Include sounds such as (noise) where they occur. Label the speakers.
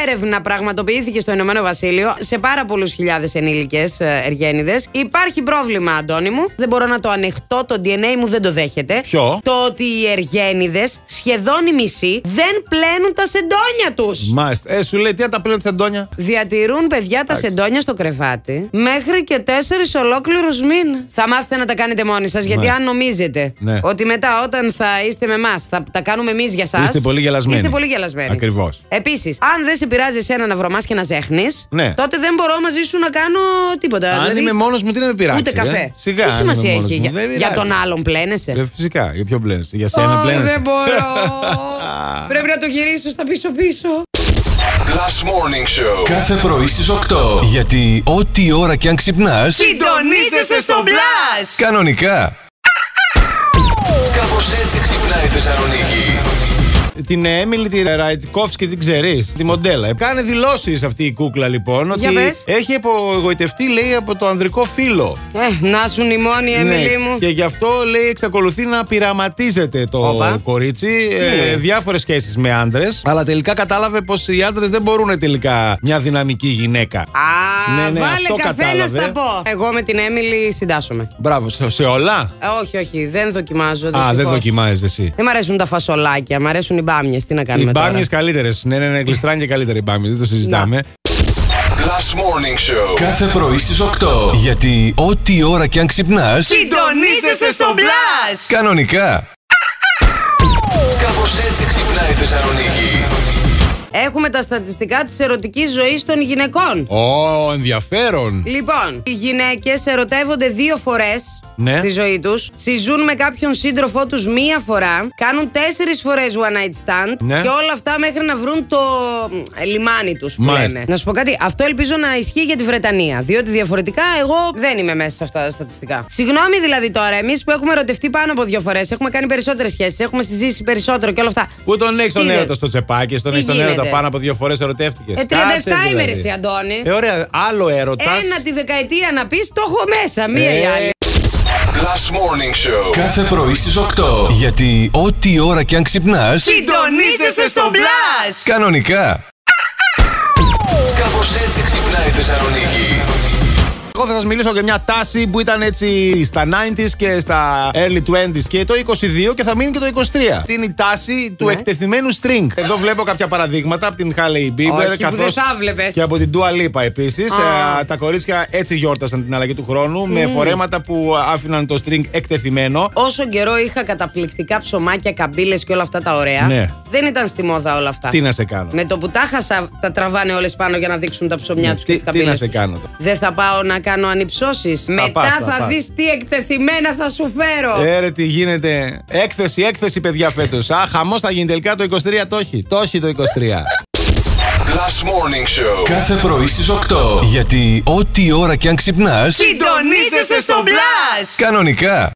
Speaker 1: Έρευνα πραγματοποιήθηκε στο Ηνωμένο Βασίλειο σε πάρα πολλούς χιλιάδες ενήλικες εργένιδε. ε, Υπάρχει πρόβλημα, Αντώνη μου. Δεν μπορώ να το ανεχτώ, το DNA μου δεν το δέχεται.
Speaker 2: Ποιο?
Speaker 1: Το ότι οι εργένιδες, σχεδόν οι μισοί, δεν πλένουν τα σεντόνια τους.
Speaker 2: Μάλιστα. Ε, σου λέει τι να τα πλέον τη Αντώνια.
Speaker 1: Διατηρούν παιδιά τα σεντόνια στο κρεβάτι μέχρι και τέσσερις ολόκληρους μήνες. Θα μάθετε να τα κάνετε μόνοι σας, γιατί
Speaker 2: Ναι.
Speaker 1: αν νομίζετε
Speaker 2: Ναι.
Speaker 1: ότι μετά όταν θα είστε με εμάς, θα τα κάνουμε εμείς για εσά.
Speaker 2: Είστε πολύ γελασμένοι.
Speaker 1: Είστε πολύ γελασμένοι.
Speaker 2: Ακριβώς.
Speaker 1: Επίσης, αν δεν σε πειράζει εσένα να βρωμάς και να ζέχνεις,
Speaker 2: Ναι.
Speaker 1: τότε δεν μπορώ μαζί σου να κάνω τίποτα.
Speaker 2: Αν
Speaker 1: Δηλαδή,
Speaker 2: είμαι μόνος μου, τι να με πειράξει.
Speaker 1: Ούτε
Speaker 2: ε?
Speaker 1: καφέ.
Speaker 2: Σιγά.
Speaker 1: Τι
Speaker 2: αν είμαι
Speaker 1: σημασία
Speaker 2: μόνος
Speaker 1: έχει
Speaker 2: μου,
Speaker 1: για,
Speaker 2: δεν
Speaker 1: για
Speaker 2: πειράζει.
Speaker 1: τον άλλον, πλένεσαι.
Speaker 2: Ε, Φυσικά. Για ποιον πλένεσαι. Για σένα
Speaker 1: Ω,
Speaker 2: πλένεσαι.
Speaker 1: δεν
Speaker 2: (laughs)
Speaker 1: μπορώ. Πρέπει να το γυρίσω στα πίσω-πίσω.
Speaker 3: Last Morning Show.
Speaker 4: Κάθε πρωί στις 8. Γιατί ό,τι ώρα κι αν ξυπνάς,
Speaker 1: Συντονίζεσαι στο μπλα!
Speaker 4: κανονικά.
Speaker 3: Κάπως έτσι ξυπνάει η Θεσσαλονίκη.
Speaker 2: Ε, Την Έμιλι, τη Ραϊτκόφσκι, την ξέρεις. Τη μοντέλα. Ε, Κάνει δηλώσεις αυτή η κούκλα λοιπόν. Ότι
Speaker 1: Για πες.
Speaker 2: έχει απογοητευτεί, λέει, από το ανδρικό φύλλο.
Speaker 1: Ε, να σου νημώνει, Έμιλι
Speaker 2: Ναι,
Speaker 1: μου.
Speaker 2: Και γι' αυτό λέει εξακολουθεί να πειραματίζεται το
Speaker 1: Όπα.
Speaker 2: κορίτσι.
Speaker 1: Ναι.
Speaker 2: Ε, Διάφορες σχέσεις με άντρες. Αλλά τελικά κατάλαβε πως οι άντρες δεν μπορούν τελικά μια δυναμική γυναίκα.
Speaker 1: Α,
Speaker 2: Ναι, ναι,
Speaker 1: βάλε
Speaker 2: αυτό
Speaker 1: καφέ να
Speaker 2: κατάλαβε.
Speaker 1: στα πω. Εγώ με την Έμιλι συντάσσομαι.
Speaker 2: Μπράβο, σε, σε όλα.
Speaker 1: Ε, όχι, όχι, δεν δοκιμάζω.
Speaker 2: Α, δεν
Speaker 1: δυστυχώς.
Speaker 2: δοκιμάζεσαι εσύ.
Speaker 1: Δεν μ' αρέσουν τα φασολάκια, μ' αρέσουν οι μπάμιες. Τι να
Speaker 2: Οι
Speaker 1: κάνουμε τώρα.
Speaker 2: μπάμιες καλύτερες. Ναι, ναι, ναι, γλιστράνε και καλύτερα οι μπάμιες. Δεν το συζητάμε.
Speaker 3: Last Morning Show.
Speaker 4: Κάθε πρωί στις 8. Γιατί ό,τι ώρα κι αν ξυπνάς,
Speaker 1: Συντονίζεσαι στο μπλα!
Speaker 4: κανονικά.
Speaker 3: Κάπως έτσι ξυπνάει η Θεσσαλονίκη.
Speaker 1: Έχουμε τα στατιστικά της ερωτικής ζωής των γυναικών.
Speaker 2: Ω, ενδιαφέρον.
Speaker 1: Λοιπόν, οι γυναίκες ερωτεύονται δύο φορές
Speaker 2: Ναι.
Speaker 1: στη ζωή τους, συζούν με κάποιον σύντροφό τους μία φορά, κάνουν τέσσερις φορές one night stand
Speaker 2: Ναι.
Speaker 1: και όλα αυτά μέχρι να βρουν το μ, λιμάνι τους που
Speaker 2: Μάλιστα.
Speaker 1: λένε. Να σου πω κάτι, αυτό ελπίζω να ισχύει για τη Βρετανία. Διότι διαφορετικά εγώ δεν είμαι μέσα σε αυτά τα στατιστικά. Συγγνώμη δηλαδή τώρα, εμείς που έχουμε ερωτευτεί πάνω από δύο φορές, έχουμε κάνει περισσότερες σχέσεις, έχουμε συζήσει περισσότερο και όλα αυτά.
Speaker 2: Πού τον έχεις τον
Speaker 1: Τι
Speaker 2: έρωτα
Speaker 1: δε-
Speaker 2: στο τσεπάκι, στον
Speaker 1: Τι
Speaker 2: έχεις τον έρωτα
Speaker 1: γίνεται?
Speaker 2: πάνω από δύο φορές ερωτεύτηκες.
Speaker 1: Ε, 37 είμαι, ρε, εσύ, Αντώνη.
Speaker 2: Ε, Ε, ωραία, άλλο έρωτας.
Speaker 1: Ένα τη δεκαετία να πεις, το έχω μέσα, μία ή άλλη.
Speaker 3: Last Morning Show.
Speaker 4: Κάθε πρωί στις 8. Γιατί ό,τι ώρα κι αν ξυπνάς,
Speaker 1: Συντονίζεσαι στο μπλα!
Speaker 4: κανονικά.
Speaker 3: Κάπως έτσι ξυπνάει η Θεσσαλονίκη.
Speaker 2: Εγώ θα σας μιλήσω για μια τάση που ήταν έτσι στα 90s και στα early 20s και το 22 και θα μείνει και το 23. Αυτή είναι η τάση του
Speaker 1: Ναι.
Speaker 2: εκτεθειμένου string. Εδώ βλέπω κάποια παραδείγματα από την Harley
Speaker 1: Όχι,
Speaker 2: Bieber
Speaker 1: που δεν θα βλέπες.
Speaker 2: και από την Dua Lipa επίσης.
Speaker 1: Α.
Speaker 2: τα κορίτσια έτσι γιόρτασαν την αλλαγή του χρόνου με φορέματα που άφηναν το string εκτεθειμένο.
Speaker 1: Όσο καιρό είχα καταπληκτικά ψωμάκια, καμπύλες και όλα αυτά τα ωραία,
Speaker 2: Ναι.
Speaker 1: δεν ήταν στη μόδα όλα αυτά.
Speaker 2: Τι να σε κάνω.
Speaker 1: Με το που τα χάσα, τα τραβάνε όλες πάνω για να δείξουν τα ψωμιά
Speaker 2: Ναι,
Speaker 1: τους και
Speaker 2: τι-
Speaker 1: τις
Speaker 2: τι
Speaker 1: καμπύλε.
Speaker 2: να σε κάνω τώρα.
Speaker 1: Δεν θα πάω να κάνω ανυψώσεις. Μετά
Speaker 2: πας, θα
Speaker 1: θα
Speaker 2: πας. Ε,
Speaker 1: δεις τι εκτεθειμένα θα σου φέρω.
Speaker 2: Έρε τι γίνεται. Έκθεση, έκθεση, παιδιά φέτος. Α, χαμός θα γίνει τελικά το 23. Το έχει. Το έχει το 23.
Speaker 3: Last Morning Show.
Speaker 4: Κάθε πρωί στις 8. Γιατί ό,τι ώρα κι αν ξυπνάς,
Speaker 1: Συντονίζεσαι στο μπλα!
Speaker 4: κανονικά.